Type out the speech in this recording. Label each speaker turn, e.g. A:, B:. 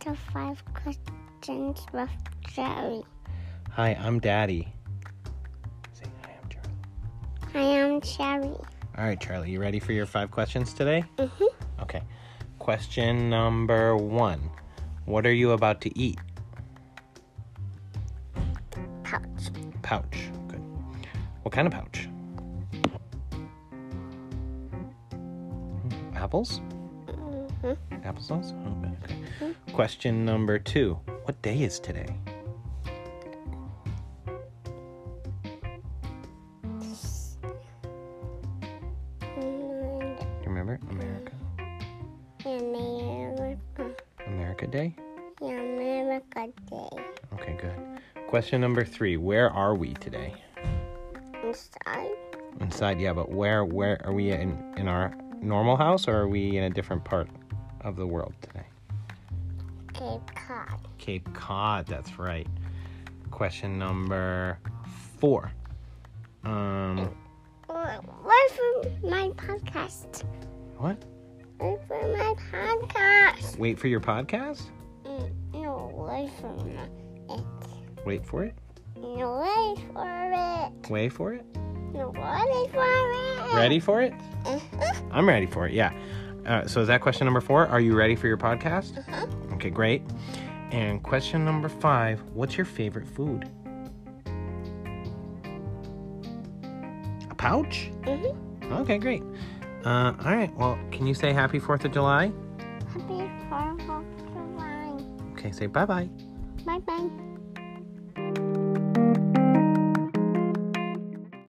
A: to Five Questions with Jerry.
B: Hi, I'm Daddy. Say hi, I'm Charlie.
A: I am Jerry.
B: All right, Charlie, you ready for your five questions today?
A: Mm-hmm.
B: Okay. Question number one What are you about to eat?
A: Pouch.
B: Pouch. Good. What kind of pouch? Hmm, Apples?
A: Mm-hmm.
B: Applesauce? Oh, okay. Question number two What day is today?
A: And
B: Do you remember? America?
A: America.
B: America Day?
A: America Day.
B: Okay, good. Question number three Where are we today?
A: Inside.
B: Inside, yeah, but where where are we in in our normal house or are we in a different part of the world today?
A: Cape Cod.
B: Cape Cod, that's right. Question number four. Um
A: Wait wait for my podcast.
B: what?
A: Wait for my podcast.
B: Wait for your podcast?
A: Mm, No, wait for my- it.
B: Wait for it?
A: No, wait for it.
B: Wait for it?
A: No, wait for it.
B: Ready for it?
A: Uh-huh.
B: I'm ready for it, yeah. Uh, so is that question number four? Are you ready for your podcast?
A: Uh-huh.
B: Okay, great. And question number five, what's your favorite food? A pouch?
A: Mm-hmm.
B: Okay, great. Uh, all right. Well, can you say happy 4th of July?
A: Happy Fourth of July.
B: Okay, say bye bye.
A: Bye bye.